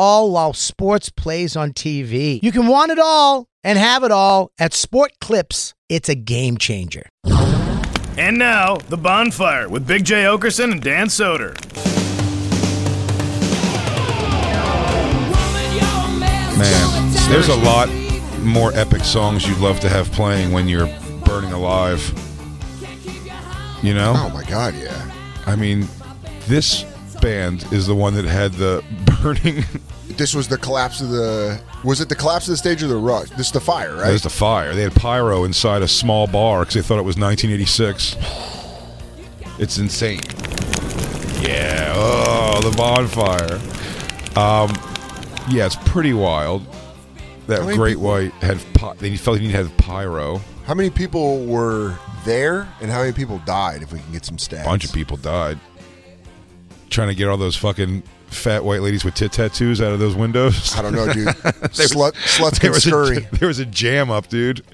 all while sports plays on TV. You can want it all and have it all at Sport Clips. It's a game changer. And now, The Bonfire with Big J. Okerson and Dan Soder. Man, there's a lot more epic songs you'd love to have playing when you're burning alive. You know? Oh my god, yeah. I mean, this band is the one that had the burning. This was the collapse of the. Was it the collapse of the stage or the rush? This is the fire, right? There's the fire. They had pyro inside a small bar because they thought it was 1986. It's insane. Yeah. Oh, the bonfire. Um, yeah, it's pretty wild. That How many great people- white had. Pi- they felt he needed to have pyro. how many people were there and how many people died? If we can get some stats. A bunch of people died trying to get all those fucking fat white ladies with tit tattoos out of those windows. I don't know, dude. Slut, sluts There can was, a, scurry. there was a jam up, dude.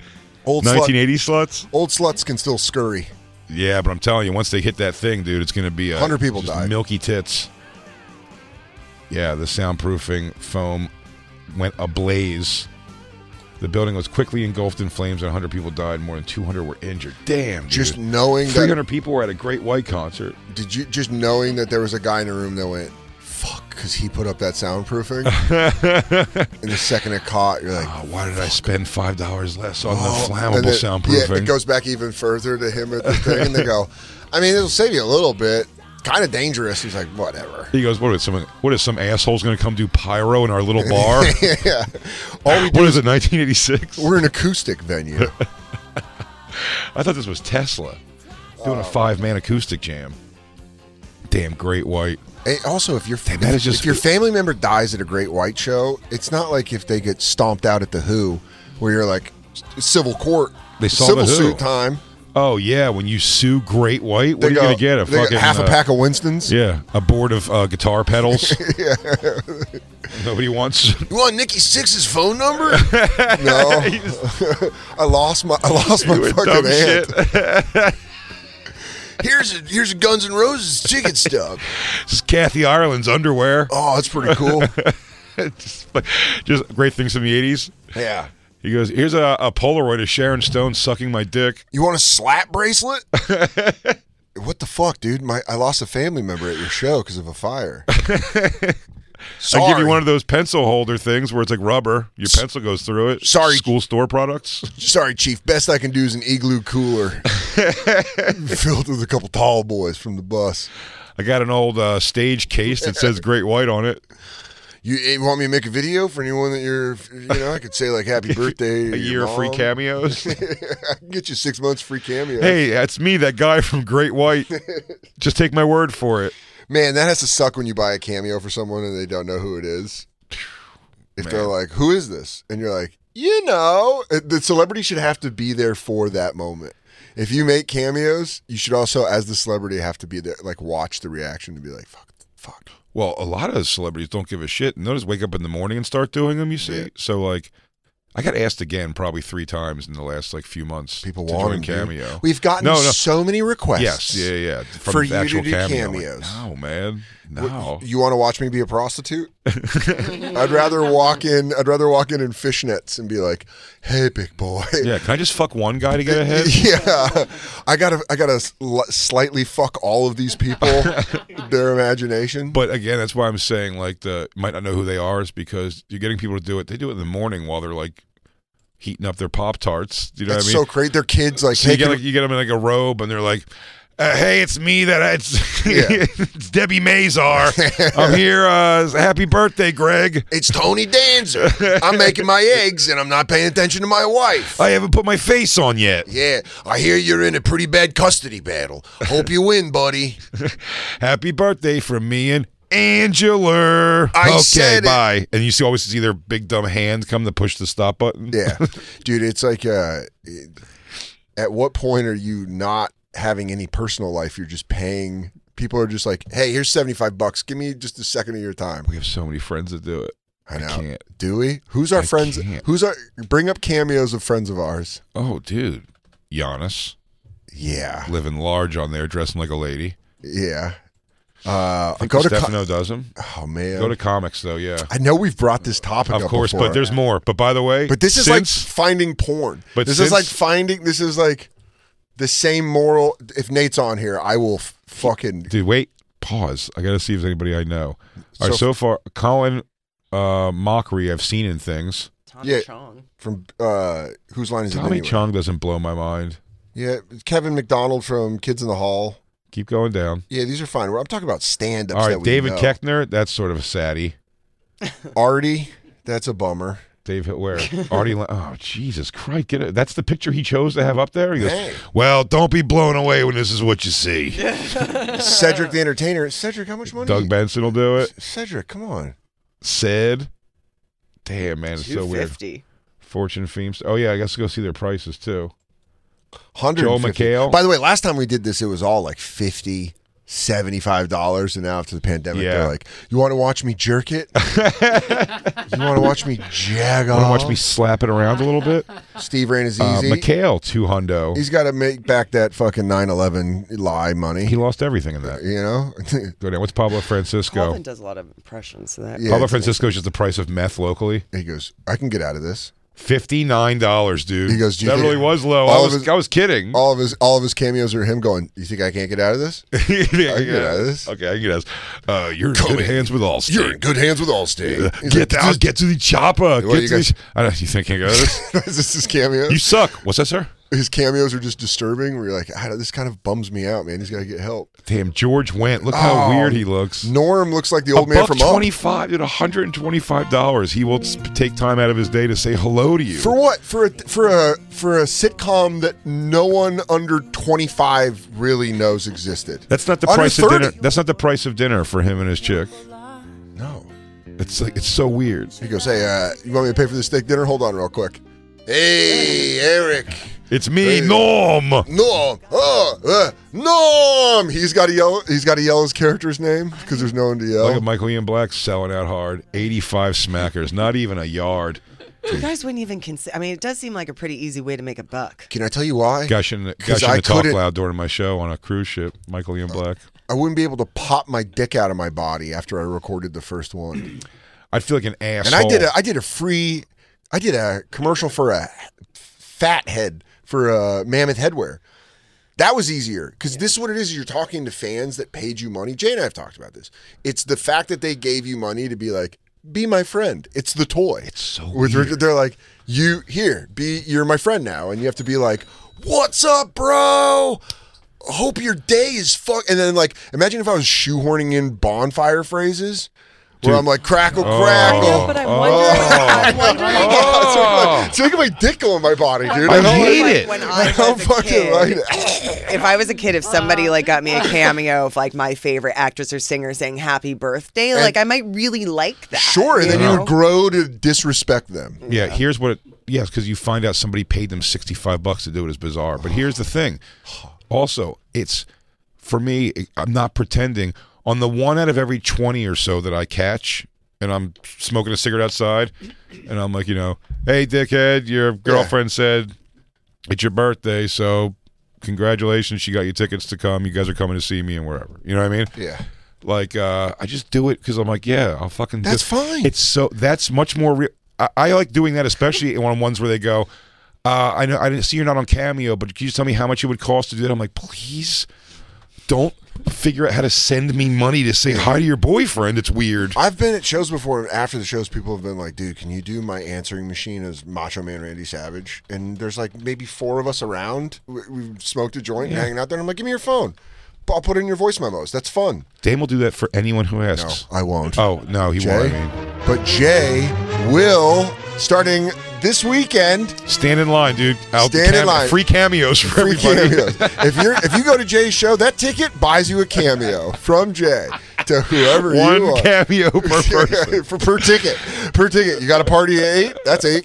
Old slut, 1980 sluts. old sluts can still scurry. Yeah, but I'm telling you, once they hit that thing, dude, it's going to be a 100 people just died. Milky tits. Yeah, the soundproofing foam went ablaze. The building was quickly engulfed in flames, and 100 people died. More than 200 were injured. Damn, dude. Just knowing that 300 people were at a Great White concert. did you just knowing that there was a guy in the room that went fuck because he put up that soundproofing, and the second it caught, you're like. Oh, why did I spend five dollars less on "Oh." the flammable And then- soundproofing? Yeah, it goes back even further to him at the thing, and they go, "I mean, it'll save you a little bit. Kind of dangerous." He's like, "Whatever." he goes, what is someone? What is some asshole's going to come do pyro in our little bar? yeah, What is it, 1986? we're an acoustic venue. I thought this was Tesla doing Oh. a five-man acoustic jam. Damn, Great White. And also, if your that if, is just- if your family member dies at a Great White show, it's not like if they get stomped out at the Who, where you're like "It's civil court, They saw civil The Who. suit time. Oh yeah, when you sue Great White, what They are you go- going to get? A they fucking half a uh, pack of Winstons. Yeah, a board of uh, guitar pedals. Nobody wants. You want Nikki Six's phone number? no, He was- I lost my I lost my doing Oh, fucking dumb hand. shit. Here's a here's a Guns N' Roses ticket stub. This is Kathy Ireland's underwear. Oh, that's pretty cool. just, like- just great things from the '80s. Yeah. He goes, "Here's a, a Polaroid of Sharon Stone sucking my dick." You want a slap bracelet? what the fuck, dude? My I lost a family member at your show because of a fire. Sorry. I give you one of those pencil holder things where it's like rubber. Your pencil goes through it. sorry. School store products. Sorry, Chief. Best I can do is an igloo cooler filled with a couple tall boys from the bus. I got an old uh, stage case that says Great White on it. You, eh, want me to make a video for anyone that you're, you know, I could say like happy birthday. A year of free cameo. cameos. I can get you six months free cameo. hey, that's me, that guy from Great White. Just take my word for it. Man, that has to suck when you buy a cameo for someone and they don't know who it is. If they're like, "Who is this?" and you're like, "You know," Uh, the celebrity should have to be there for that moment. If you make cameos, you should also, as the celebrity, have to be there, like watch the reaction and be like, "Fuck, fuck." Well, a lot of celebrities don't give a shit, and they'll just wake up in the morning and start doing them. You see, Yeah. so like, I got asked again probably three times in the last like few months. People to want join them, dude. cameo. We've gotten No, no. so many requests. yes, yeah, yeah. From for you to actual do cameo. Like, cameos. no, man, What, no. You want to watch me be a prostitute? I'd rather walk in. I'd rather walk in in fishnets and be like, "Hey, big boy." yeah, can I just fuck one guy to get ahead? yeah, I gotta, I gotta sli- slightly fuck all of these people, their imagination. But again, that's why I'm saying like the might not know who they are is because you're getting people to do it. They do it in the morning while they're like heating up their pop tarts. You know that's what I mean? so great. Their kids like, so hey, you get can- like you get them in like a robe and they're like, Uh, hey, it's me. That it's, Yeah. it's Debbie Mazar. I'm here. Uh, happy birthday, Greg. It's Tony Danza. I'm making my eggs and I'm not paying attention to my wife. I haven't put my face on yet. Yeah, I hear you're in a pretty bad custody battle. Hope you win, buddy. Happy birthday from me and Angela. I okay, said it. bye. And you see, always see their big dumb hand come to push the stop button. Yeah, dude, it's like, uh, it- at what point are you not having any personal life? You're just paying. People are just like, hey, here's seventy five bucks. Give me just a second of your time. we have so many friends that do it. I know. can't. Do we? Who's our I friends? can't. Who's our? Bring up cameos of friends of ours. Oh, dude, Giannis Yeah, living large on there, dressing like a lady. yeah. Uh, I think go to. co- Stefano does him. oh man, Go to comics though. Yeah, I know we've brought this topic of up course. before. But there's more. But by the way, But this is since- like finding porn. But this since- is like finding. This is like the same moral. If Nate's on here, I will f- fucking. Dude, wait. Pause. I got to see if there's anybody I know. All right, so So- far, Colin uh, Mockery, I've seen in things. Tommy Yeah. Chong. From uh, whose line is it Tommy anyway? Chong doesn't blow my mind. Yeah, Kevin McDonald from Kids in the Hall. Keep going down. Yeah, these are fine. We're- I'm talking about stand-ups. All that right, we David know. Keckner, that's sort of a saddie. Artie. That's a bummer. Dave, where Artie? Lang- oh, Jesus Christ! Get it. That's the picture he chose to have up there. He goes, Hey. "Well, don't be blown away when this is what you see." Cedric the Entertainer. Cedric, how much money? Doug Benson will do it. Cedric, come on. Said, "Damn, man, it's so weird." 250. Fortune themes. Oh yeah, I guess go see their prices too. Hundred. McHale. By the way, last time we did this, it was all like 50 $75 and now after the pandemic Yeah. they're like you want to watch me jerk it you want to watch me jag Want off to watch me slap it around a little bit? steve rain is Uh, easy Mikhail, two hundo. he's got to make back that fucking 9-11 lie money He lost everything in that. you know Go down. What's Pablo Francisco? Colvin does a lot of impressions. So that Yeah, Pablo it's- Francisco is just the price of meth locally. he goes i can get out of this Fifty nine dollars, dude. He goes, "Do you that think- really was low. I all of was, his- I was kidding. all of his all of his cameos are him going you think i can't get out of this Yeah, I can get out of this. Okay, I can get out of this. Uh, you're in good Conan, hands with all you're in good hands with allstate He's Get like, down, get to the chopper. Get you to the guys- ch- I don't, you think I can get out of this? this is this his cameo you suck. What's that, sir? his cameos are just disturbing where you're like "Ah, this kind of bums me out man he's got to get help Damn, George Went. Look how Oh, weird he looks. Norm looks like the A old man buck from Up. twenty-five at one hundred and twenty-five dollars. He will sp- take time out of his day to say hello to you. For what? For a for a for a sitcom that no one under twenty five really knows existed. That's not the Under price 30. of dinner. That's not the price of dinner for him and his chick. No. It's like it's so weird. He goes, hey, uh, you want me to pay for the steak dinner? Hold on, real quick. Hey, Eric. It's me, Hey. Norm. Norm. Oh, uh, Norm. He's got to yell. He's got to yell his character's name because there's no one to Look at yell. Michael Ian Black selling out hard. Eighty-five smackers, not even a yard. You guys wouldn't even consider. I mean, it does seem like a pretty easy way to make a buck. Can I tell you why? Gushing, 'Cause gushing I the talk couldn't- Oh. loud during my show on a cruise ship. Michael Ian Black. I wouldn't be able to pop my dick out of my body after I recorded the first one. I'd feel like an asshole. And I did a I did a free I did a commercial for a fat head for a mammoth headwear. That was easier because this is what it is. You're talking to fans that paid you money. Jay and I have talked about this. It's the fact that they gave you money to be like, be my friend. It's the toy. It's so With weird. Richard, they're like, you here, be you're my friend now, and you have to be like, what's up, bro? Hope your day is fuck. And then like, imagine if I was shoehorning in bonfire phrases. Where I'm like crackle Oh. crackle. I know, but I'm Oh. wondering. I'm wondering. Oh. It's like my dick on my body, dude. I I don't, hate like it. When I, I don't was a fucking kid, like it. If I was a kid, if somebody like got me a cameo of like my favorite actress or singer saying "Happy Birthday," like I might really like that. Sure, and then you know? would grow to disrespect them. Yeah, here's what. It, yes, because you find out somebody paid them sixty-five bucks to do it is bizarre. But here's the thing. Also, it's for me. I'm not pretending. On the one out of every twenty or so that I catch, and I'm smoking a cigarette outside, and I'm like, you know, hey, dickhead, your girlfriend said it's your birthday, so congratulations, she got you tickets to come. You guys are coming to see me and wherever. You know what I mean? Yeah. Like uh, I just do it because I'm like, yeah, I'll fucking. That's do- fine. It's so that's much more real. I, I like doing that, especially on ones where they go, uh, I know I didn't see you're not on Cameo, but can you tell me how much it would cost to do that? I'm like, please, don't figure out how to send me money to say hi to your boyfriend, it's weird. I've been at shows before, and after the shows, people have been like, "Dude, can you do my answering machine as Macho Man Randy Savage?" And there's like maybe four of us around. We, we've smoked a joint and hanging out there. And I'm like, "Give me your phone. I'll put in your voice memos. That's fun." Dame will do that for anyone who No, asks. I won't. Oh no, he Jay, won't. I mean, but Jay will starting this weekend. stand in line, dude. I'll Stand in cam- line. Free cameos for Free everybody. cameos. if you're if you go to Jay's show, that ticket buys you a cameo from Jay to whoever you One are. cameo per person. for per ticket. Per ticket. You got a party at eight? That's eight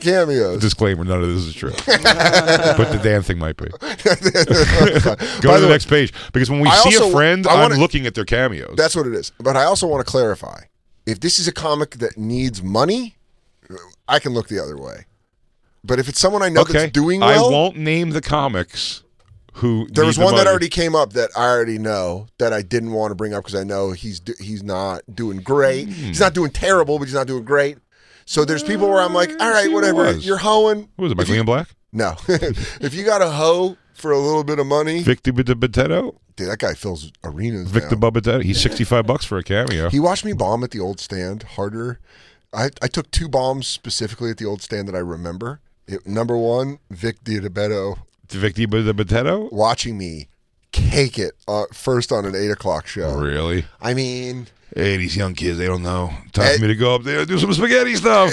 cameos. Disclaimer: None of this is true, but the damn thing might be. Go By to the, the way- next page because when we I see a also- friend, I wanna- I'm looking at their cameos. That's what it is. But I also want to clarify. If this is a comic that needs money, I can look the other way. But if it's someone I know that's doing well, I won't name the comics who. there need was the one that money. already came up that I already know that I didn't want to bring up because I know he's do- he's not doing great. Hmm. He's not doing terrible, but he's not doing great. So there's people where I'm like, all right, Mm, he whatever. was. You're hoeing. Who was it? If Michael you- Ian Black, No. if you got a hoe for a little bit of money, Victor Babatetto, dude, that guy fills arenas. Victor now. Babatetto. He's 65 bucks for a cameo. He watched me bomb at the old stand harder. I, I took two bombs specifically at the old stand that I remember. It- number one, Vic Diabetto Victor Babatetto. watching me cake it uh, first on an eight o'clock show. Really? I mean, Hey, these young kids, they don't know. Time Hey. for me to go up there and do some spaghetti stuff.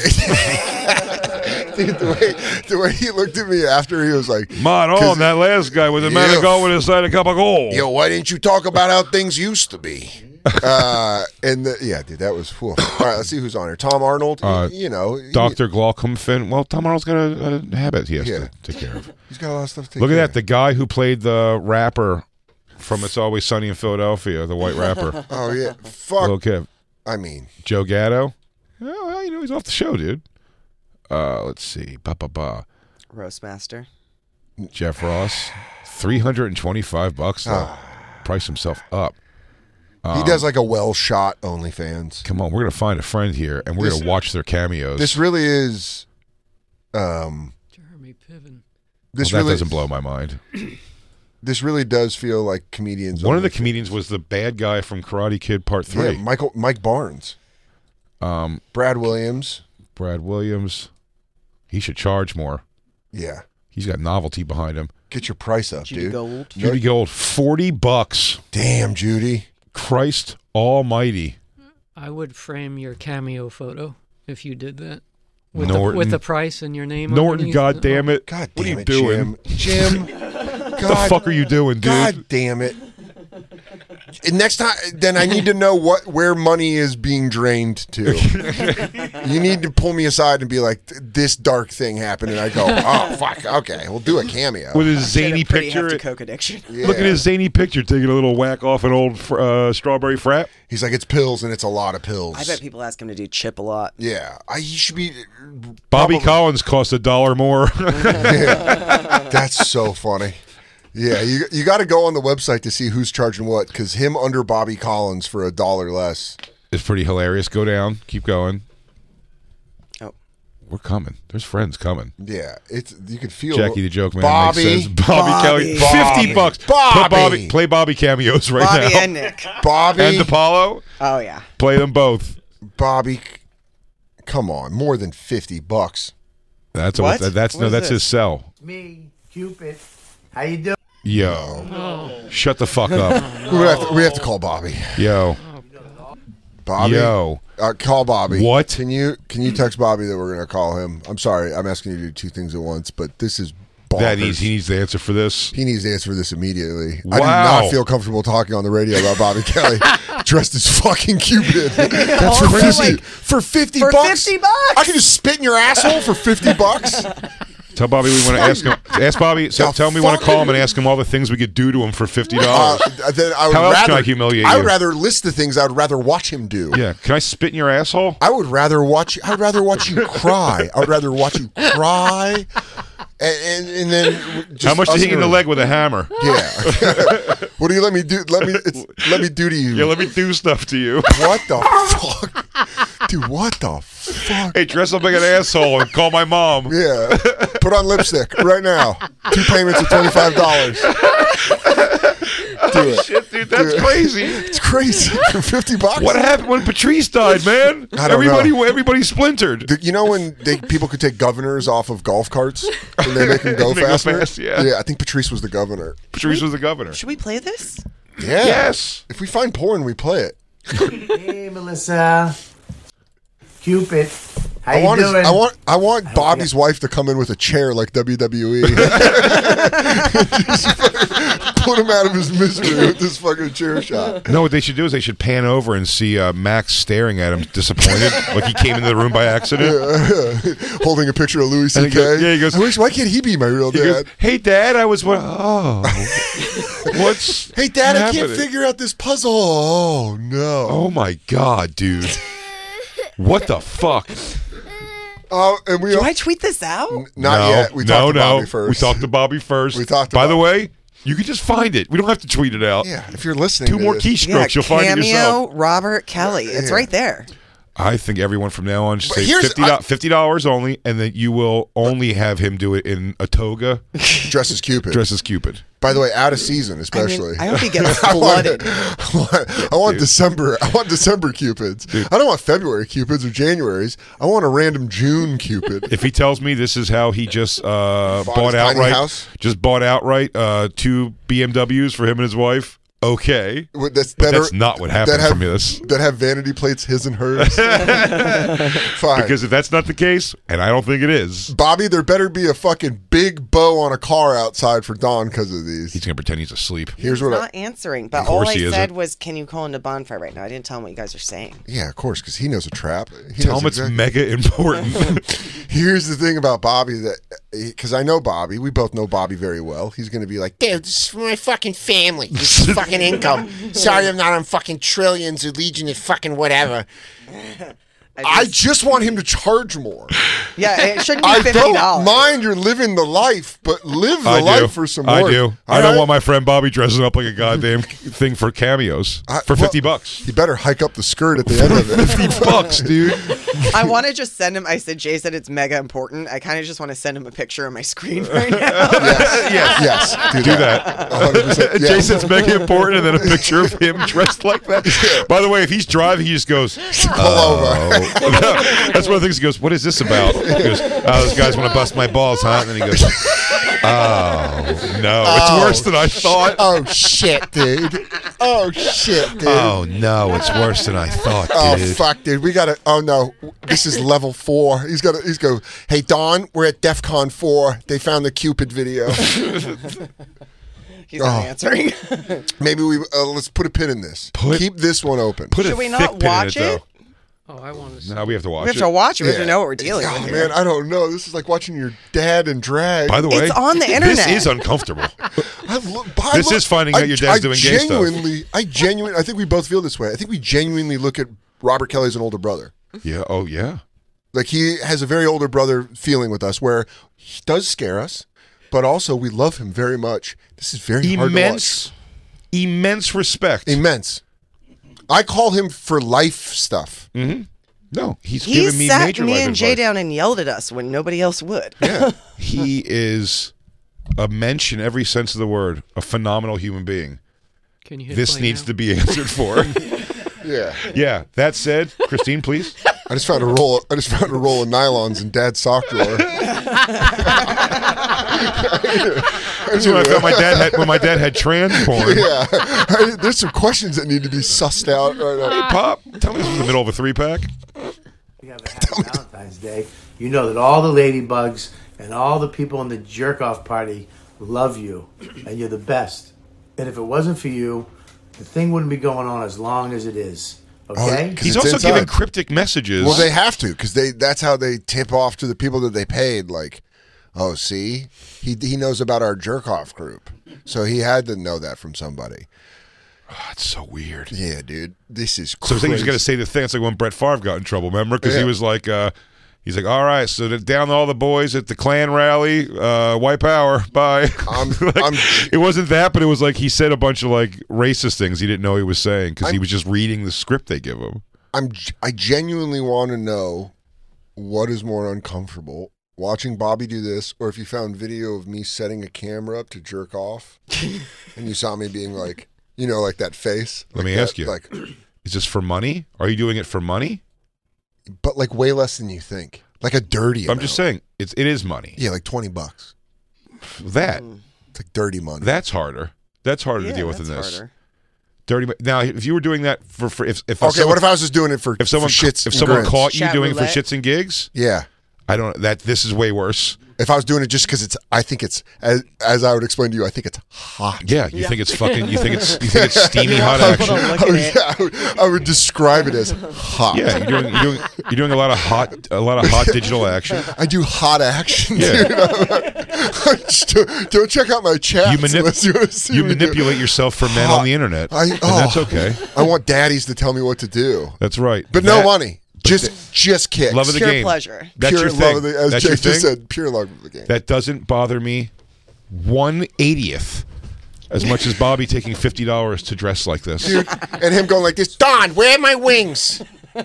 dude, the way the way he looked at me after he was like, Mod 'Cause- on, that last guy was a man Yeah. of God with inside a cup of Oh, gold. "Yo, why didn't you talk about how things used to be?" uh, and the, yeah, dude, that was whew. All right, let's see who's on here. Tom Arnold, Uh, you know, he- Dr. Glaucomfin. Well, Tom Arnold's got a, a habit he has Yeah. to take care of. he's got a lot of stuff to take Look at care that. of. The guy who played the rapper from It's Always Sunny in Philadelphia, the white rapper. Oh yeah, fuck. Little Kev. I mean, Joe Gatto. Yeah, well, you know, he's off the show, dude. Uh, let's see. Ba ba ba. Roastmaster. Jeff Ross. 325 bucks, though. Price himself up. Ah. Um, he does like a well shot OnlyFans. Come on, we're going to find a friend here and we're This- going to watch their cameos. This really is, um, Jeremy Piven. this Well, that really doesn't blow my mind. This really does feel like comedians. One of the only. comedians was the bad guy from Karate Kid Part yeah, 3. Michael Mike Barnes, um, Brad Williams. Brad Williams. He should charge more. Yeah, He's got novelty behind him. get your price up, Judy dude. Gold. No- Judy Gold, 40 bucks. Damn, Judy. Christ almighty. I would frame your cameo photo if you did that. With, Norton. The, with the price and your name. Norton, underneath. God damn it. God what are damn you it, doing? Jim. Jim. What God, the fuck are you doing, dude? God damn it. And next time, then I need to know what where money is being drained to. you need to pull me aside and be like, "This dark thing happened," and I go, "Oh fuck, okay, we'll do a cameo." With his zany Had a pretty picture. hefty coke addiction. Look at his zany picture taking a little whack off an old fr- uh, strawberry frat. He's like, "It's pills, and it's a lot of pills." I bet people ask him to do chip a lot. Yeah, I, he should be. Bobby probably- Collins cost a dollar more. That's so funny. Yeah, you you got to go on the website to see who's charging what because him under Bobby Collins for a dollar less. it's pretty hilarious. Go down. Keep going. Oh. We're coming. There's friends coming. Yeah, it's you could feel Jackie the Joke Man Bobby, makes sense. Bobby, Kelly, fifty Bobby, bucks. Put Bobby, Bobby, play Bobby cameos right Bobby now. and Nick. Bobby, and Apollo, Oh yeah. play them both. Bobby. Come on, more than fifty bucks. That's a- What? that's What no, is that's this? his cell. me, Cupid. How you doing? Yo, shut the fuck up. We have to, we have to call Bobby. Yo, Bobby, yo. Uh, call Bobby. What? Can you can you text Bobby that we're gonna call him? I'm sorry, I'm asking you to do two things at once, but this is bonkers. That needs he needs the answer for this. He needs to answer this immediately. I Wow. do not feel comfortable talking on the radio about Bobby Kelly dressed as fucking Cupid. That's Also, crazy. like, for 50 for bucks? 50 bucks? I can just spit in your asshole for 50 bucks? Tell Bobby we want to ask him. Ask Bobby. So Yeah, tell him we want to fuck call it. him and ask him all the things we could do to him for fifty Uh, dollars. then I would How else rather can I humiliate I would you? rather list the things I would rather watch him do. yeah. Can I spit in your asshole? I would rather watch. I would rather watch you cry. I would rather watch you cry, and and, and then just How much us to hit you in the doing- leg with a hammer? Yeah. what do you let me do? Let me it's, let me do to you. Yeah, let me do stuff to you. What the fuck? Dude, what the fuck? Hey, dress up like an asshole and call my mom. Yeah. Put on lipstick right now. Two payments of $25. do it. Shit, dude, that's Do it. crazy. It's crazy. For Fifty bucks. What happened when Patrice died, man? I don't everybody, know. everybody splintered. The- You know when they, people could take governors off of golf carts and they make them go Make 'em faster? fast, yeah. yeah, I think Patrice was the governor. Patrice was the governor. Should we play this? Yeah. Yes. If we find porn, we play it. Hey, Melissa. Cupid. How I you want, his, doing? I want I want Bobby's wife to come in with a chair like E. WWE. Just fucking put him out of his misery with this fucking chair shot. No, what they should do is they should pan over and see uh, Max staring at him, disappointed, like he came into the room by accident. Holding a picture of Louis And he C.K. goes- yeah, he goes- I wish, why can't he be my real He goes, dad? "Hey, Dad, I was one oh, what's hey, dad, I can't happening?" figure out this puzzle. Oh, no. Oh my god, dude, what the fuck? Oh, and we Do I tweet this Mm, out? Not no, yet. We no, talked to no. Bobby first. We talked to Bobby first. We talked to By the Bobby. way, you can just find it. We don't have to tweet it out. Yeah, if you're listening, Two to more this- keystrokes, you'll find it yourself. cameo Robert Kelly. It's right there. I think everyone from now on should But say here's- fifty I- dollars only, and then you will only have him do it in a toga, Dress as Cupid. dressed as Cupid. By the way, out of season, I, mean, especially. I hope he gets I want, flooded. I want, I want December. I want December cupids. I don't want February cupids or Januaries. I want a random June cupid. If he tells me this is how he just uh, Bought his bought tiny outright, house? just bought outright uh, two BMWs for him and his wife, okay. Well, that's, But that that's are- not what happened that have, for me. This That have vanity plates, his and hers. Fine. because if that's not the case, and I don't think it is, Bobby, there better be a fucking big bow on a car outside for Don because of these. he's gonna pretend he's asleep. Here's He's what. I, not answering, but Of all course I he isn't. said was, "Can you call in the bonfire right now?" I didn't tell him what you guys are saying. yeah, of course, because he knows a trap. He Tell knows him it's exact- mega important. Here's the thing about Bobby that, because I know Bobby, we both know Bobby very well. He's going to be like, Dude, this is for my fucking family. This is fucking income. Sorry I'm not on fucking trillions or legion of fucking whatever. I just want him to charge more. yeah, it shouldn't be I fifty don't dollars. mind you're living the life, but live the I life do. for some I work. do. All I don't right? want my friend Bobby dressing up like a goddamn thing for cameos I- for well, fifty bucks. You better hike up the skirt at the end of it. Fifty bucks, dude. I want to just send him. I said, Jay said it's mega important. I kind of just want to send him a picture of my screen right now. yes. yes, do, Do that. 100%. Yeah. Jason's mega important, and then a picture of him dressed like that. By the way, if he's driving, he just goes, pull over. oh. That's one of the things he goes, What is this about? He goes, Oh, those guys want to bust my balls, huh? And then he goes, Oh, no. Oh, it's worse than I thought. Oh shit, dude. Oh shit, dude. Oh, no. It's worse than I thought, Oh dude. fuck, dude! We gotta. Oh no, this is level four. He's got. to He's go. Hey Don, we're at DefCon four. They found the Cupid video. He's Oh, not answering. Maybe we uh, let's put a pin in this. Put- Keep this one open. Put a Should we thick not pin in watch it? Oh, I want to see. Now we have to watch we have it. to watch it. We have Yeah. to know what we're dealing oh with. here. man, I don't know. This is like watching your dad in drag. By the way, It's on the internet. This is uncomfortable. I lo- I This lo- is finding out your dad's I doing gay stuff. genuinely, I genuinely, I think we both feel this way. I think we genuinely look at Robert Kelly as an older brother. yeah. Oh, yeah. Like he has a very older brother feeling with us, where he does scare us, but also we love him very much. This is very hard to watch. Immense, immense respect. immense. I call him for life stuff. no, he's he given me sat major me life and Jay advice. down and yelled at us when nobody else would. he is a mensch in every sense of the word, a phenomenal human being. Can you hit This play needs now? to be answered for. Yeah. yeah. That said, Christine, please. I just found a roll. I just found a roll of nylons in Dad's sock drawer. That's when I found my dad had when my dad had trans porn. yeah. there's some questions that need to be sussed out right now. Hey, Pop, tell me this was the middle of a three pack. We have a happy Valentine's Day. You know that all the ladybugs and all the people in the jerk off party love you, and you're the best. And if it wasn't for you, the thing wouldn't be going on as long as it is. Okay? Oh, 'cause He's it's also inside. giving cryptic messages. Well, they have to because they that's how they tip off to the people that they paid. Like, oh, see, he he knows about our jerk off group, so he had to know that from somebody. That's Ah, so weird. Yeah, dude, this is So I crazy. think he was going to say the thing. It's like when Brett Favre got in trouble, remember? Because Yeah. he was like, uh, he's like, all right, so to down all the boys at the Klan rally, uh, white power, bye. I'm- Like, I'm- it wasn't that, but it was like he said a bunch of like racist things he didn't know he was saying because he was just reading the script they give him. I'm g- I genuinely want to know what is more uncomfortable watching Bobby do this, or if you found video of me setting a camera up to jerk off, and you saw me being like, You know, like that face. Let like me that- ask you. Like, Is this for money? Are you doing it for money? but like way less than you think. Like a dirty. I'm just saying it's it is money. Yeah, Mm. like twenty bucks. That It's like dirty money. that's harder. That's harder to Yeah, deal with than that's this. harder. Dirty. mo- Now, if you were doing that for, for if if okay, someone- what if I was just doing it for if someone for shits? if and someone grins? caught you Chat doing it for roulette. shits and gigs? yeah. I don't. That this is way worse. If I was doing it just because it's, I think it's as, as I would explain to you, I think it's hot. Yeah, you think it's fucking. You think it's you think it's steamy hot I would, action. I, would, yeah, I would- I would describe it as hot. Yeah, you're doing, you're doing you're doing a lot of hot a lot of hot digital action. I do hot action, Yeah. dude. I'm just- don't check out my chat. You, manip- you, wanna see you me do- manipulate yourself for men on the internet, I- and that's oh. okay. I want daddies to tell me what to do, That's right. but That- no money. Just just kicks. Love of the Pure game. pleasure. That's pure your thing. Love of the, as that's Jake your just thing? said, pure love of the game. That doesn't bother me one eightieth as much as Bobby taking fifty dollars to dress like this. Dude, and him going like this. Don, where are my wings? Where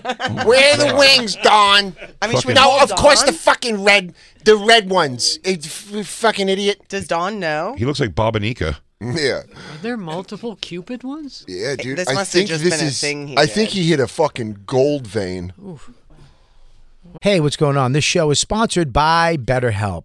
are the wings, Don? I mean, should we Fucking- No, call of course Dawn? the fucking red, the red ones. It's f- fucking idiot. Does Dawn know? He looks like Bobanica. Yeah, Are there multiple Cupid ones? yeah, dude. This I must have think just this been a is- thing he I think did. he hit a fucking gold vein. Hey, what's going on? This show is sponsored by BetterHelp.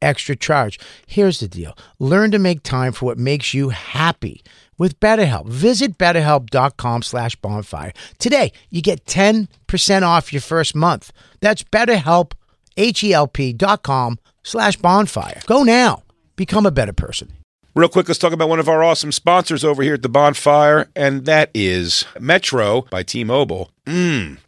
extra charge. Here's the deal learn to make time for what makes you happy with BetterHelp. Visit betterhelp.com slash bonfire. Today, you get 10% off your first month. That's betterhelp, H-E-L-P dot com slash bonfire. Go now. Become a better person. Real quick, let's talk about one of our awesome sponsors over here at the bonfire, and that is Metro by T Mobile. Mmm.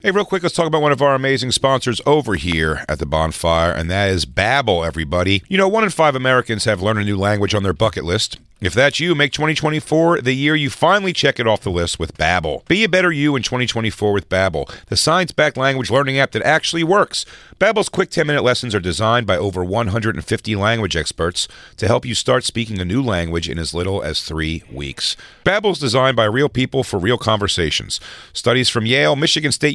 Hey, real quick, let's talk about one of our amazing sponsors over here at the bonfire, and that is Babbel, everybody. You know, one in five Americans have learned a new language on their bucket list. If that's you, make 2024 the year you finally check it off the list with Babbel. Be a better you in 2024 with Babbel, the science-backed language learning app that actually works. Babbel's quick 10-minute lessons are designed by over 150 language experts to help you start speaking a new language in as little as 3 weeks. Babbel's designed by real people for real conversations. Studies from Yale, Michigan State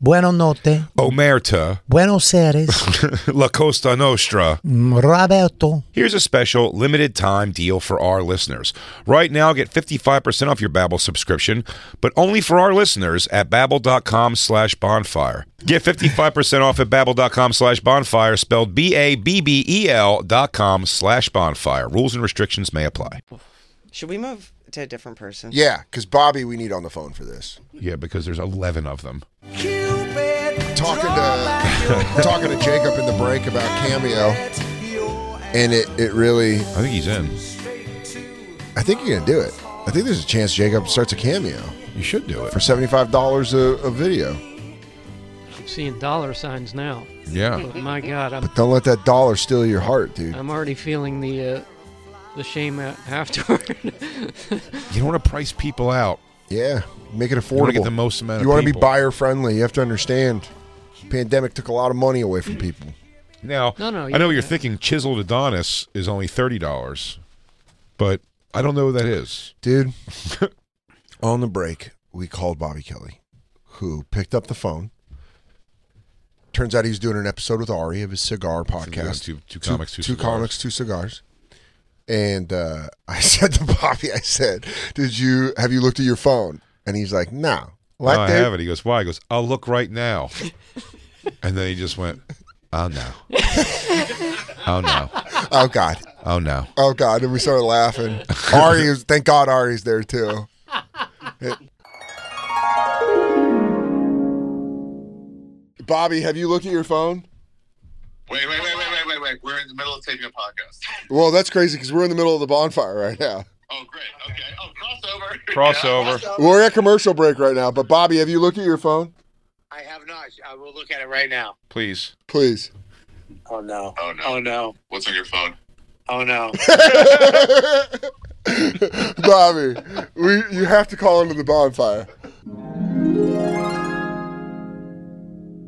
Buono notte. Omerta, Buenos Aires. La Costa Nostra. Roberto. Here's a special limited time deal for our listeners. Right now, get 55% off your Babbel subscription, but only for our listeners at babbel.com slash bonfire. Get 55% off at babbel.com slash bonfire, spelled B-A-B-B-E-L E dot com slash bonfire. Rules and restrictions may apply. Should we move to a different person? Yeah, because Bobby, we need on the phone for this. Yeah, because there's 11 of them. Talking to talking to Jacob in the break about cameo, and it it really. I think he's in. I think you're gonna do it. I think there's a chance Jacob starts a cameo You should do it. for seventy five dollars a a video. I'm seeing dollar signs now. Yeah. But my God, I'm Don't let that dollar steal your heart, dude. I'm already feeling the uh, the shame a- afterward. You don't want to price people out. Yeah, make it wanna affordable. get the most amount of You wanna be people. buyer friendly. You have to understand. Pandemic took a lot of money away from people. Now, No, no, I know yeah. you're thinking chiseled Adonis is only $30, but I don't know who that is. Dude, on the break, we called Bobby Kelly, who picked up the phone. Turns out he's doing an episode with Ari of his cigar podcast. two- two comics, two two cigars. comics, two cigars. And uh, I said to Bobby, I said, "Did you have you looked at your phone?" And he's like, "No." Like, no, I dude? haven't. He goes, why? He goes, I'll look right now. and then he just went, oh no. oh no. Oh God. Oh no. Oh God. And we started laughing. Ari is. Thank God Ari's there too. Bobby, have you looked at your phone? Wait, wait, wait, wait, wait, wait, wait. We're in the middle of taping a podcast. Well, that's crazy because we're in the middle of the bonfire right now. Oh, great. Okay. Oh, crossover. Crossover. Yeah, We're at commercial break right now, but Bobby, have you looked at your phone? I have not. I will look at it right now. Please. Please. Oh no. Oh no. Oh no. What's on your phone? Oh no. Bobby, we you have to call into the bonfire.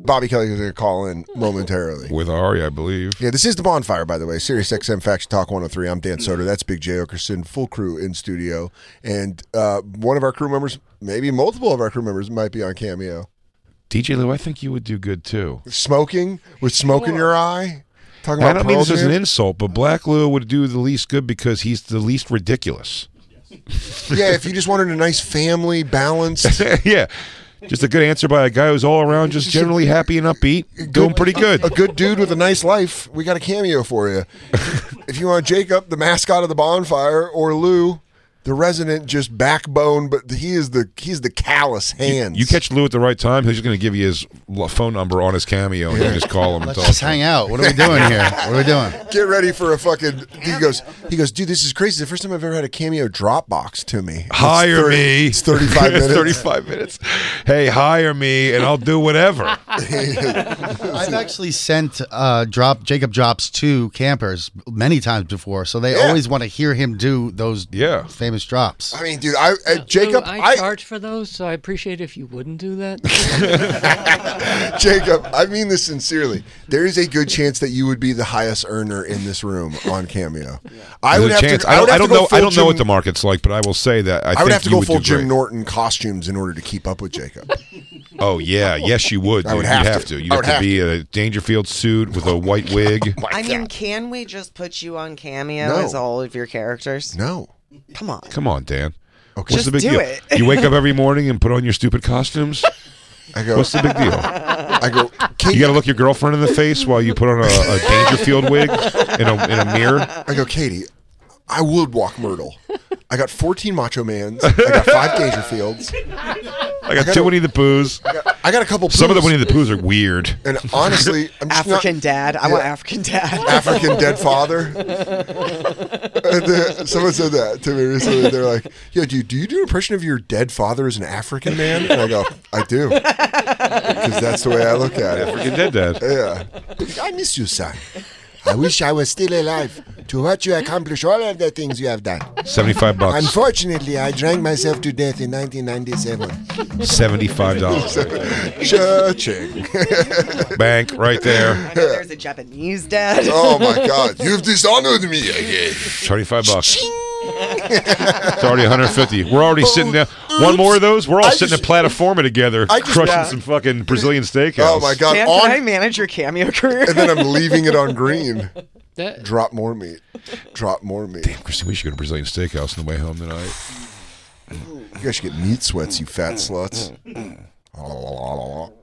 Bobby Kelly is going to call in momentarily. With Ari, I believe. Yeah, this is the bonfire, by the way. Sirius XM Faction Talk 103. I'm Dan Soder. That's Big J. Okerson, full crew in studio. And uh, one of our crew members, maybe multiple of our crew members, might be on Cameo. DJ Lou, I think you would do good too. Smoking, with smoke in your eye. Talking I about don't mean Pearl this as an Jam. insult, but Black Lou would do the least good because he's the least ridiculous. yeah, if you just wanted a nice family, balanced. yeah. Just a good answer by a guy who's all around just generally happy and upbeat. Doing pretty good. A good dude with a nice life. We got a cameo for you. if you want Jacob, the mascot of the bonfire, or Lou, the resident just backbone, but he is the he's the callous hands. You catch Lou at the right time, he's just going to give you his l- phone number on his cameo, and you just call him. and Let's talk just to him. hang out. What are we doing here? What are we doing? Get ready for a fucking. He goes. He goes, dude. This is crazy. It's The first time I've ever had a cameo Dropbox to me. It's Hire 30 me. It's thirty-five minutes. 35 minutes. Hey, hire me, and I'll do whatever. I've actually sent uh, drop Jacob drops to campers many times before, so they Yeah. always want to hear him do those yeah. famous drops. I mean, dude. I uh, Lou, Jacob. I, I, charge for those, so I appreciate if you wouldn't do that. Jacob. I mean this sincerely. There is a good chance that you would be the highest earner in this room on cameo. I There's would a have chance. to. I don't, would I have to don't go know. I full don't know Jim- what the market's like, but I will say that I, I, think would have to you go would full do Jim great. Norton costumes in order to keep up with Jacob. Oh yeah, yes you would. I would dude. have You'd have to. to. I You'd have would to have be a Dangerfield suit with a white wig. I mean, can we just put you on cameo No. as all of your characters? No. Come on. Come on, Dan. What's Just the big do deal? it. You wake up every morning and put on your stupid costumes. I go. What's the big deal? I go. Can You got to look your girlfriend in the face while you put on a, a Dangerfield wig in a, in a mirror. I go, Katie, I would walk Myrtle. I got 14 Macho Mans. I got five Dangerfields. I got two Winnie the Poohs. I got a couple. Some of the poos. Winnie the Poohs are weird. And honestly, I'm just not- African dad. I want Yeah. African dad. African dead father. And the- someone said that to me recently. They're like, "Yo, dude, do you do an impression of your dead father as an African man?" And I go, "I do," because that's the way I look at it. African dead dad. Yeah. I miss you, son. I wish I was still alive to watch you accomplish all of the things you have done. Seventy-five bucks. Unfortunately, I drank myself to death in 1997. Seventy-five dollars. Cha-ching. Bank right there. I know there's a Japanese dad. Oh my God! You've dishonored me again. Thirty-five bucks. It's already 150. We're already sitting down. One more of those. We're all Oh, I sitting just- at Plataforma together, I just- crushing Yeah. some fucking Brazilian steakhouse. Oh my God! Dan, on, can I manage your cameo career? and then I'm leaving it on green. That, Drop more meat. Drop more meat. Damn, Christy, we should go to Brazilian steakhouse on the way home tonight. You guys should get meat sweats, you fat sluts.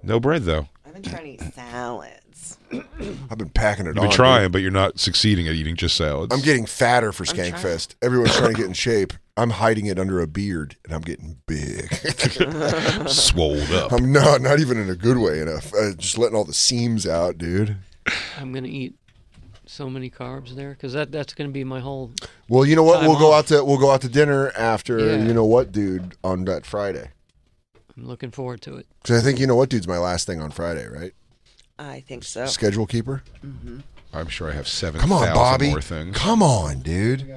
No bread though. I've been trying to eat salads. I've been packing it You've on. been Oh, dude. trying, but you're not succeeding at eating just salads. I'm getting fatter for Skankfest. Everyone's trying to get in shape. I'm hiding it under a beard, and I'm getting big. swolled up. I'm not, not even in a good way enough. Uh, just letting all the seams out, dude. I'm gonna eat so many carbs there because that that's gonna be my whole. Well, you know what? Time we'll go out off. to we'll go out to dinner after Yeah. you know what, dude, on that Friday. I'm looking forward to it. Because I think you know what, dude's my last thing on Friday, right? I think so. Schedule keeper. I'm sure I have seven. Come on, Bobby. More things. Come on, dude.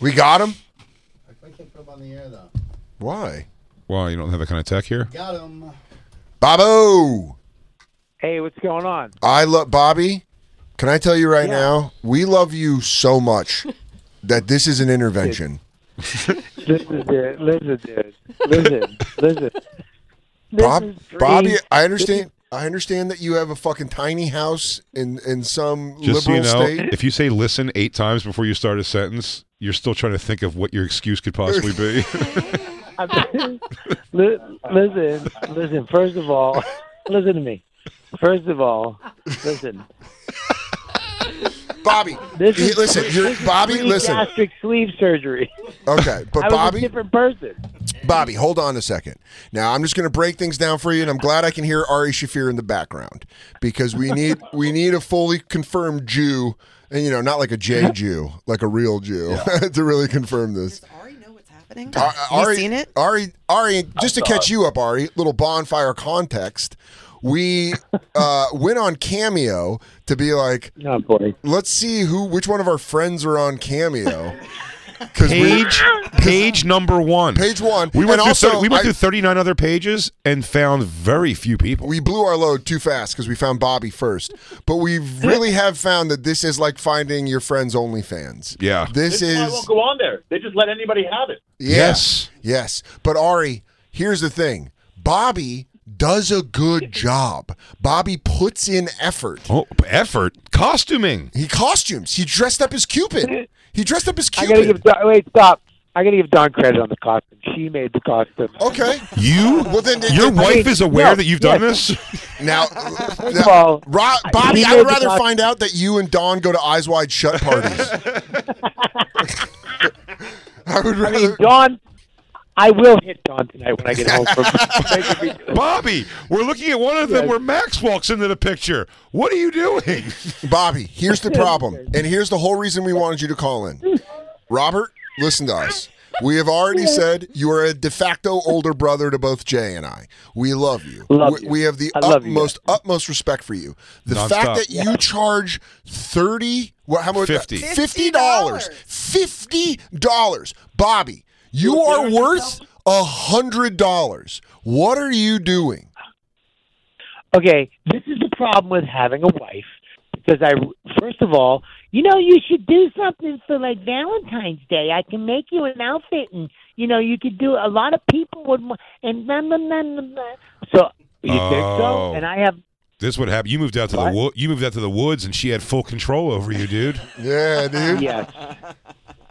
We got him. Why, Wow, you don't have that kind of tech here. Got him. Bobo? Hey, what's going on? I love Bobby. Can I tell you right now? We love you so much that this is an intervention. Listen, dude. Listen, dude. Listen, listen. This Bob, is free. Bobby, I This understand. is- I understand that you have a fucking tiny house in in some Just so you liberal know, state. if you say "listen" eight times before you start a sentence, you're still trying to think of what your excuse could possibly be. I'm- li- listen, listen. First of all, listen to me. First of all, listen. Bobby, This you- is listen, you're, Bobby, free listen. Gastric sleeve surgery. Okay, but I was a Bobby, different person. Bobby, hold on a second. Now I'm just going to break things down for you, and I'm glad I can hear Ari Shafir in the background because we need we need a fully confirmed Jew, and you know, not like a J Jew, like a real Jew, to really confirm this. Ari know what's happening? Ar- Ari, you seen it? Ari, Ari, just to catch you up, Ari, little bonfire context. We uh, went on Cameo to be like, Oh boy. let's see who, which one of our friends are on Cameo. Because page, page number one. Page one. We And went, through, also, 30 we went I- through 39 other pages and found very few people. we blew our load too fast because we found Bobby first. But we really have found that this is like finding your friends only fans. Yeah. This Why is won't go on there? They just let anybody have it. yeah, Yes. Yes. But Ari, here's the thing. Bobby does a good job. Bobby puts in effort. Oh, effort. Costuming. He costumes. He dressed up as Cupid. He dressed up as I gotta Cupid. give. Wait, stop. I got to give Dawn credit on the costume. She made the costume. Okay. You? Well, then Your wife is aware no, that you've done yes. this? Now, First of all, Ro- Bobby, he I would made the rather costume. find out that you and Don go to Eyes Wide Shut parties. I would rather. Dawn, I will hit Dawn tonight when I get home from. Bobby, we're looking at one of them where Max walks into the picture. What are you doing? Bobby, here's the problem, and here's the whole reason we wanted you to call in. Robert, listen to us. We have already said you are a de facto older brother to both Jay and I. We love you. Love we, you. we have the I love you utmost utmost respect for you. The Nonstop. fact that you charge thirty, what? How much? Fifty. Fifty dollars. Fifty dollars, Bobby. You are worth a hundred dollars. What are you doing? okay, this is the problem with having a wife because I first of all, you know, you should do something for like Valentine's Day. I can make you an outfit, and you know, you could do a lot of people would wa- and blah, blah, blah, blah, blah. so you think Oh. so? And I have This would happen. You moved out to the wo- you moved out to the woods, and she had full control over you, dude. Yeah, dude. yes, yeah.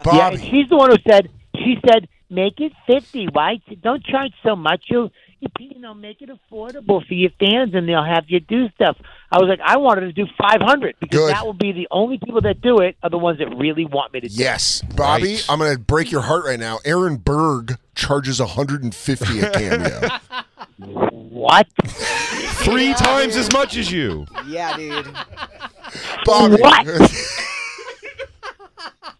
Bobby, And she's the one who said she said make it fifty. Why don't charge so much? You'll you, you know make it affordable for your fans, and they'll have you do stuff. I was like, I wanted to do five hundred because Good. that will be the only people that do it are the ones that really want me to do it. Yes, Bobby, Right. I'm going to break your heart right now. Aaron Berg charges 150 a cameo. What? three times as much as you. Yeah, dude. Bobby, What?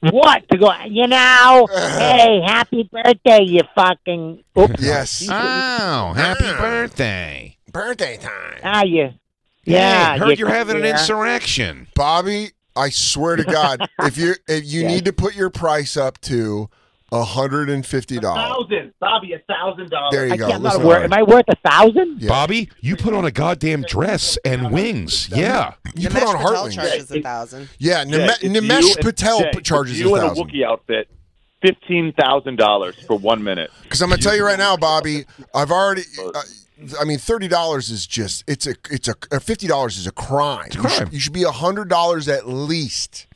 What to go? You know, hey, happy birthday, you fucking. Oops. yes, Oh, happy Ah. birthday! Birthday time. Ah, you. Ah, Yeah. you- yeah. insurrection. Bobby, I swear to God, if you if you need to put your price up to 150 dollars, Thousand, Bobby, a thousand dollars. There you I go. can't- I'm not Listen worth, up. am I worth a thousand? Yeah. Bobby, you put on a goddamn dress and wings. Yeah, you Nimesh put on Patel Heartland. charges a thousand. Yeah, Nime- Jay, if Nimesh you- if- Patel Jay, p- charges if you in a thousand. Wookiee outfit, fifteen thousand dollars for one minute. Because I'm gonna tell you right now, Bobby, I've already. Uh, I mean, thirty dollars is just it's a it's a uh, fifty dollars is a crime. You should, you should be hundred dollars at least.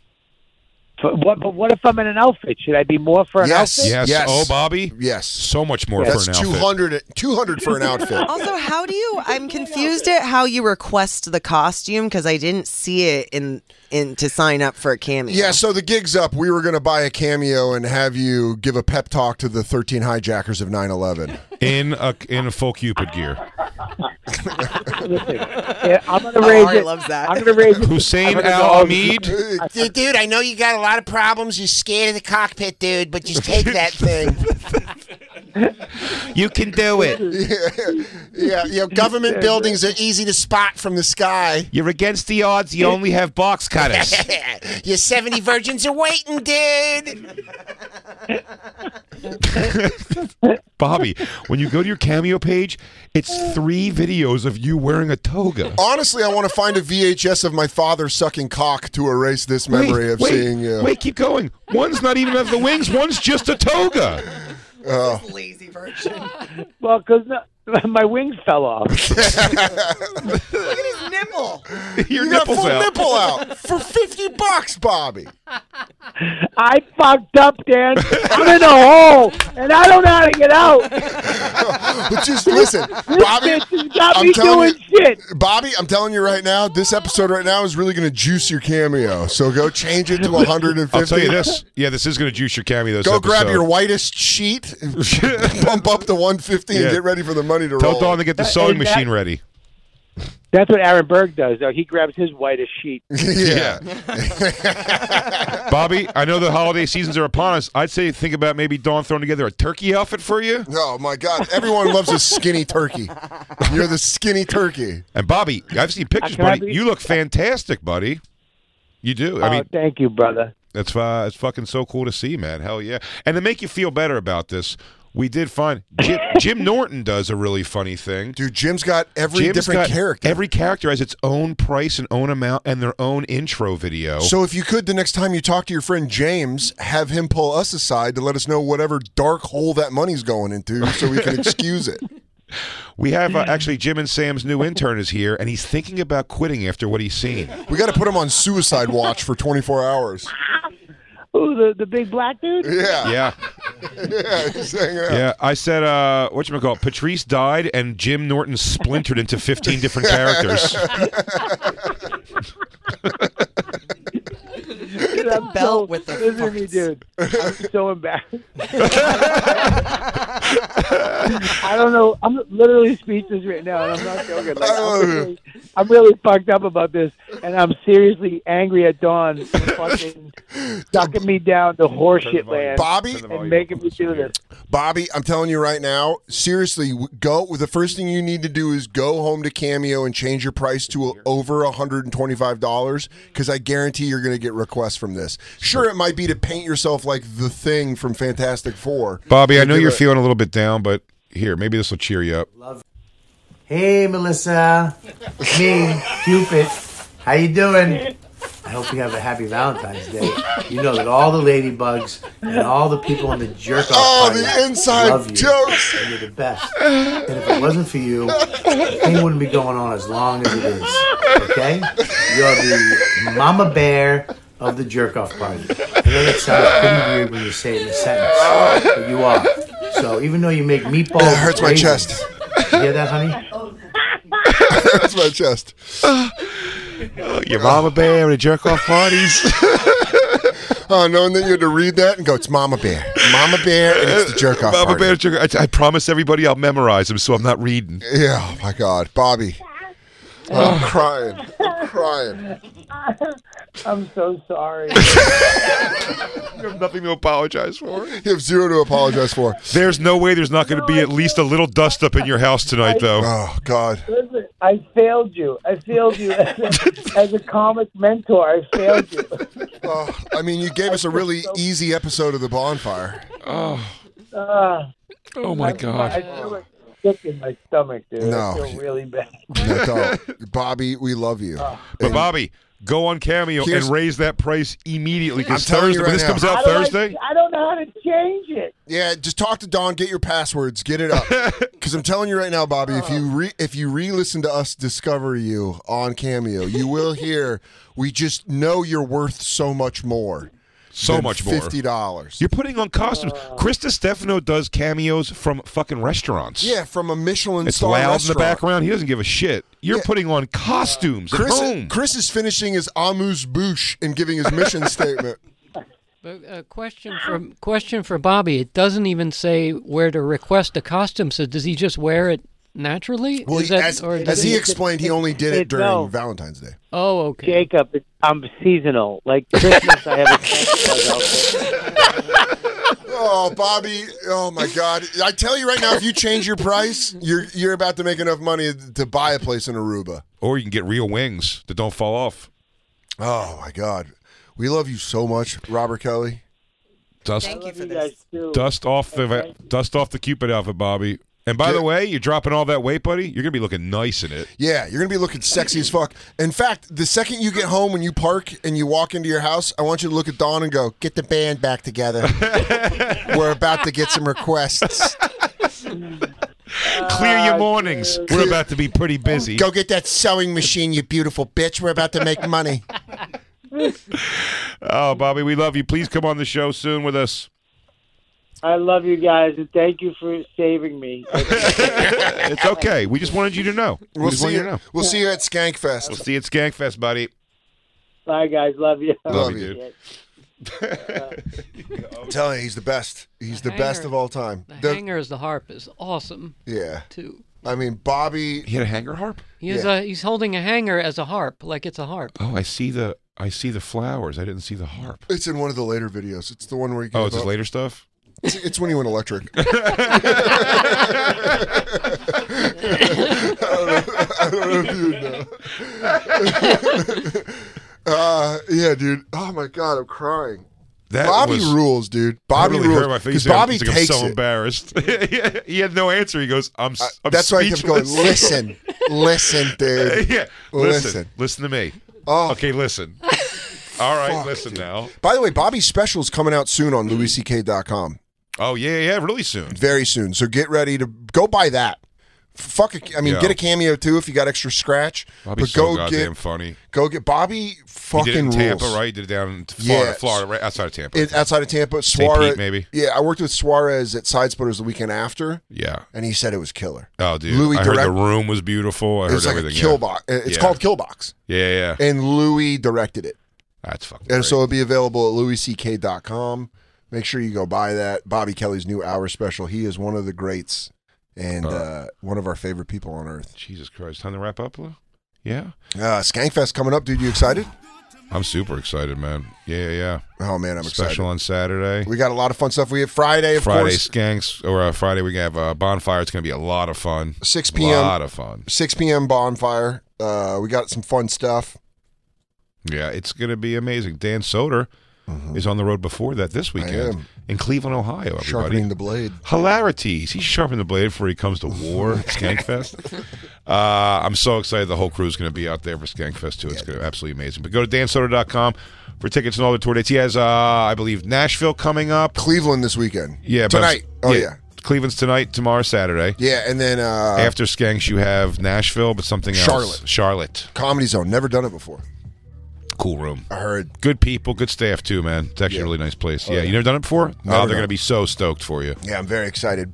But what, but what if I'm in an outfit? Should I be more for an Yes. outfit? yes. Yes. Oh, Bobby, Yes, so much more that's for an outfit. 200, 200 for an Oh, outfit. Also, how do you? I'm confused at how you request the costume because I didn't see it in in to sign up for a cameo. Yeah, so the gig's up. We were going to buy a cameo and have you give a pep talk to the 13 hijackers of 9 11. in a in a full Cupid gear. Yeah, I'm gonna Oh, raise I it. love I'm that. gonna raise it. Hussein I'm gonna Al go- Hamid. Dude, dude, I know you got a lot of problems. You're scared of the cockpit, dude, but just take that thing. You can do it. yeah, yeah, government buildings are easy to spot from the sky. You're against the odds. You only have box cutters. Your 70 virgins are waiting, dude. Bobby, when you go to your cameo page, it's three videos of you wearing a toga. Honestly, I want to find a VHS of my father sucking cock to erase this memory of wait, seeing you. Wait, keep going. One's not even of the wings. One's just a toga. Oh. lazy version. Look Well, because my wings fell off. at his nipple. Your you got nipples full out. nipple out for 50 bucks, Bobby. I fucked up, Dan. I'm in a hole, and I don't know how to get out. But just listen, This Bobby. bitch has got I'm me telling doing shit. Bobby, I'm telling you right now, this episode right now is really going to juice your cameo. So go change it to 150. I'll tell you this. Yeah, this is going to juice your cameo. This Go grab episode. your whitest sheet, bump up to 150, Yeah. and get ready for the money to Tell roll. Dawn to get the That- sewing and that- machine ready. That's what Aaron Berg does, though. He grabs his whitest sheet. yeah. Bobby, I know the holiday seasons are upon us. I'd say think about maybe Dawn throwing together a turkey outfit for you. Oh my God! Everyone loves a skinny turkey. You're the skinny turkey. And Bobby, I've seen pictures, Can I buddy. be- you look fantastic, buddy. You do. I mean, oh, thank you, brother. That's uh, it's fucking so cool to see, man. Hell yeah! And to make you feel better about this, we did find Jim, Jim Norton does a really funny thing. Dude, Jim's got every Jim's different got- character. Every character has its own price and own amount and their own intro video. so if you could, the next time you talk to your friend James, have him pull us aside to let us know whatever dark hole that money's going into, so we can excuse it. we have uh, actually Jim and Sam's new intern is here, and he's thinking about quitting after what he's seen. We got to put him on suicide watch for 24 hours. Who the the big black dude? Yeah. Yeah. yeah, just hanging out. Yeah, I said, uh, whatchamacallit, Patrice died and Jim Norton splintered into 15 different characters. Get the belt with the This is me, dude. I'm so embarrassed. I don't know. I'm literally speechless right now, and I'm not joking. Like, I'm, really, I'm really fucked up about this, and I'm seriously angry at Dawn for fucking ducking me down to horseshit land, Bobby, and making me do this. Bobby, I'm telling you right now, seriously, w- go. The first thing you need to do is go home to Cameo and change your price to a, over $125 because I guarantee you're going to get requests from this. Sure, it might be to paint yourself like the thing from Fantastic Four. Bobby, I And know do you're it. feeling a little bit down, but here, maybe this will cheer you up. Hey, Melissa, me, Cupid. How you doing? I hope you have a happy Valentine's Day. You know that all the ladybugs and all the people in the jerk off Oh, party the inside love you. jokes. And you're the best. And if it wasn't for you, the thing wouldn't be going on as long as it is. Okay? You're the mama bear of the jerk off party. I know that sounds pretty weird when you say it in a sentence, but you are. So even though you make meatballs, It hurts my with raisins- chest. You hear that, honey? That's my chest. Your mama bear and jerk off parties. oh, knowing that you had to read that and go, it's Mama Bear. Mama Bear and it's the jerk off. Mama bear, jerk- I, I promise everybody I'll memorize them so I'm not reading. Yeah, oh my God. Bobby. Oh, I'm crying. I'm crying. I'm so sorry. You have nothing to apologize for. You have zero to apologize for. There's no way there's not going to be at least a little dust up in your house tonight, though. Oh, God. Listen, I failed you. I failed you as a, as a comic mentor. I failed you. Oh, I mean, you gave us a really easy episode of the bonfire. Oh, Ah. Oh, my I'm God. sorry. I feel like sick in my stomach, dude. No. I feel really bad. Oh. No, don't. Bobby, we love you. But Bobby, go on Cameo Here's- and raise that price immediately I'm because telling Thursday. you when right this now. comes How out do I- Thursday. I don't know how to change it. Yeah, just talk to Don. Get your passwords. Get it up. Because I'm telling you right now, Bobby, if you re- if you re-listen to us discover you on Cameo, you will hear. We just know you're worth so much more. So than much more. Fifty dollars. You're putting on costumes. Uh. Krista Stefano does cameos from fucking restaurants. Yeah, from a Michelin It's star loud in restaurant. the background. He doesn't give a shit. You're Yeah. putting on costumes at Chris, home. Chris is finishing his amuse bouche and giving his mission statement. But a question for question for Bobby. It doesn't even say where to request a costume. So does he just wear it naturally? Well, Is that- as, or does as he explained, he only did it It's during no. Valentine's Day. Oh, okay. Jacob, it- I'm seasonal. Like Christmas, I have a Santa Claus outfit. Oh, Bobby! Oh my God! I tell you right now, if you change your price, you're you're about to make enough money to buy a place in Aruba. Or you can get real wings that don't fall off. Oh my God! We love you so much, Robert Kelly. Dust, Thank you for You this. guys too. dust off the va- dust off the Cupid outfit, Bobby. And by the way, you're dropping all that weight, buddy. You're gonna be looking nice in it. Yeah, you're gonna be looking sexy as fuck. In fact, the second you get home when you park and you walk into your house, I want you to look at Dawn and go, "Get the band back together. We're about to get some requests. Clear your mornings. We're about to be pretty busy. Ah, Go get that sewing machine, you beautiful bitch. We're about to make money." Oh, Bobby, we love you. Please come on the show soon with us. I love you guys, and thank you for saving me. It's okay. We just wanted you to know. We We'll just see wanted you to you. know. We'll see you at Skankfest. We'll see you at Skankfest, buddy. Bye, guys. Love you. Love you, dude. I'm telling you, he's the best. He's the, best hanger- of all time. The, The- hanger as the harp is awesome yeah. too. I mean, Bobby. He had a hanger harp. He is Yeah. a, he's holding a hanger as a harp, like it's a harp. Oh, I see the I see the flowers. I didn't see the harp. It's in one of the later videos. It's the one where he. Oh, gave it's his up. later stuff. It's, it's when he went electric. I, don't know, I don't know if you would know. uh, yeah, dude. Oh my god, I'm crying. That Bobby was- rules, dude. Bobby It really rules. hurt my face. 'Cause He was Bobby like, takes I'm so it. embarrassed. he had no answer. He goes, "I'm." s- I'm That's why I kept going. speechless." Listen, listen, dude. yeah, listen, Listen. listen to me. Oh. Okay, listen. All right, Fuck, listen now. By the way, Bobby's special is coming out soon on louisck.com. Oh yeah, yeah, really soon. very soon. So get ready to go buy that. fuck. A, I mean, Yeah. get a cameo too if you got extra scratch. Bobby's but go so goddamn get funny. Go get Bobby. Fucking he did it in Tampa, rules. right? He did it down in Florida, Yeah. Florida, right outside of Tampa. It, outside of Tampa, St. Suarez. Pete, maybe. Yeah, I worked with Suarez at Side Splitters the weekend after. Yeah. and he said it was killer. Oh, dude. Louis I heard direct- the room was beautiful. I It heard was like a everything. kill yeah. box. It's Yeah. called Killbox, Yeah, yeah. and Louis directed it. That's fucking. And so it'll be available at louisck.com. Make sure you go buy that. Bobby Kelly's new hour special. He is one of the greats and uh, one of our favorite people on earth. Jesus Christ. Time to wrap up, Lou? Yeah. Uh, Skankfest coming up, dude. You excited? I'm super excited, man. Yeah, yeah. Oh man, I'm Special excited. on Saturday. We got a lot of fun stuff. We have Friday, of Friday course. skanks or uh, Friday we have a bonfire. It's gonna be a lot of fun. 6 p.m. A lot of fun. 6 p.m. bonfire. Uh, we got some fun stuff. Yeah, it's gonna be amazing. Dan Soder is on the road before that this weekend Mm-hmm. am. in Cleveland, Ohio. Everybody. Sharpening the blade. Hilarities. He's sharpening the blade before he comes to war. Skankfest. Uh, I'm so excited. The whole crew is going to be out there for Skankfest too. It's going to be absolutely amazing. But go to dansoder.com for tickets and all the tour dates. He has, uh, I believe, Nashville coming up. Cleveland this weekend. Yeah, but I'm- Tonight. Oh, yeah. Cleveland's tonight, tomorrow, Saturday. Yeah, and then uh, After Skanks, you have Nashville, but something else. Charlotte. Charlotte. Comedy Zone. Never done it before. Cool room. I heard. Good people, good staff too, man. It's actually a really nice place. Oh, yeah, yeah. you never done it before? No, Never they're done going it. to be so stoked for you. Yeah, I'm very excited.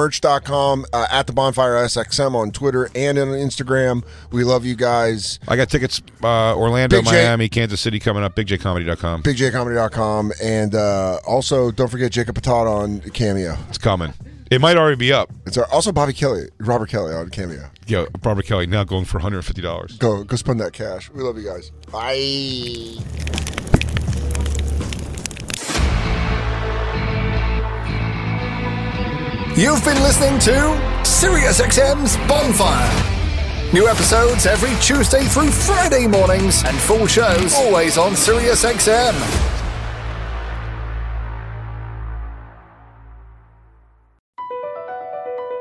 Bonfiremerch.com, uh, at the Bonfire SXM on Twitter and on Instagram. We love you guys. I got tickets uh, Orlando, Big J- Miami, Kansas City coming up. BigJComedy.com. BigJComedy.com. And uh, also, don't forget Jacob Patat on Cameo. It's coming. It might already be up. It's our, also Bobby Kelly, Robert Kelly on Cameo. Yo, Barbara Kelly now going for $150. Go, go spend that cash. We love you guys. Bye. You've been listening to SiriusXM's Bonfire. New episodes every Tuesday through Friday mornings, and full shows always on SiriusXM.